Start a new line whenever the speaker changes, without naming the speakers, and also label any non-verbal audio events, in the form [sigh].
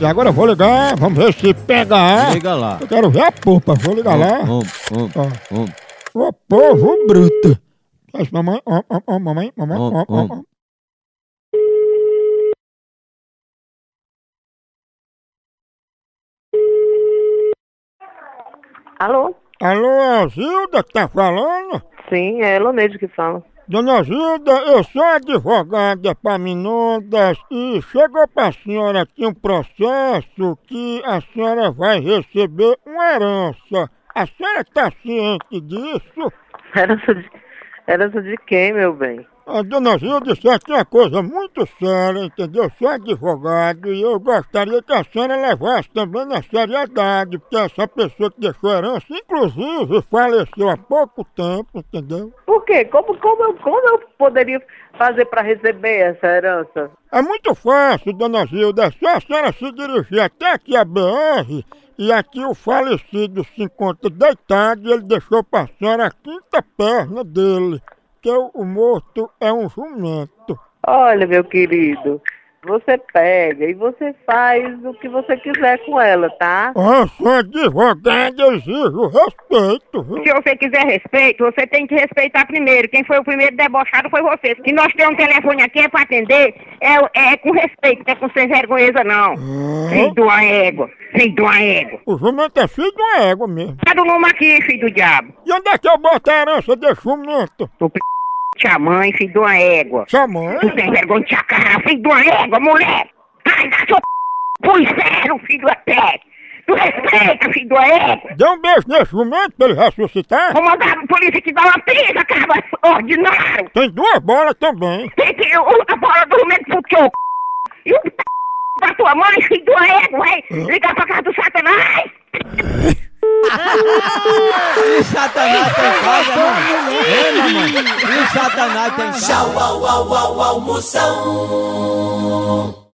E agora eu vou ligar, vamos ver se pega.
Liga lá.
Eu quero ver a polpa, vou ligar lá.
Um,
hum,
um, um,
Ô povo bruto. Mas mamãe, ó, ó, ó, mamãe, mamãe,
Ó,
ó, ó,
ó.
ó.
Alô?
Alô, Zilda que tá falando?
Sim, é ela mesmo que fala. [laughs]
Dona Zilda, eu sou advogada para Minondas e chegou para a senhora aqui um processo que a senhora vai receber uma herança. A senhora está ciente disso?
Herança de, herança de quem, meu bem?
A dona Zilda, isso aqui é uma coisa muito séria, entendeu? Eu sou advogado e eu gostaria que a senhora levasse também na seriedade, porque essa pessoa que deixou a herança, inclusive, faleceu há pouco tempo, entendeu?
Por quê? Como, como, eu, como eu poderia fazer para receber essa herança?
É muito fácil, dona Zilda. É só a senhora se dirigir até aqui a BR e aqui o falecido se encontra deitado e ele deixou para a senhora a quinta perna dele, que o o morto é um jumento.
Olha, meu querido, você pega e você faz o que você quiser com ela, tá?
Eu sou advogada, eu exijo respeito, viu?
Se você quiser respeito, você tem que respeitar primeiro. Quem foi o primeiro debochado foi você. Se nós temos um telefone aqui é pra atender, é, é com respeito, não é com sem vergonheza, não. Filho de uma égua, filho de uma égua.
O jumento é filho de uma égua mesmo.
Tá do nome aqui, filho do diabo.
E onde é que eu boto a herança de jumento?
Tu p... tia mãe, filho de uma égua.
Sua mãe?
Tu tem vergonha de te acarrar, filho de uma égua, mulher. Vai dar seu p... pro inferno, filho da pé. Tu respeita, filho de uma égua.
Dê um beijo nesse jumento pra ele ressuscitar?
Vou mandar a polícia te dar uma pisa, cara, ordinário.
Tem duas bolas também.
Tem que o- a bola do jumento pro teu c... E o c... pra tua mãe, filho do ego, vai ligar pra casa do satanás.
E é Satanás tem casa, mamãe. Ei, mamãe. E Satanás tem casa.
Tchau, au, au, au, almoção.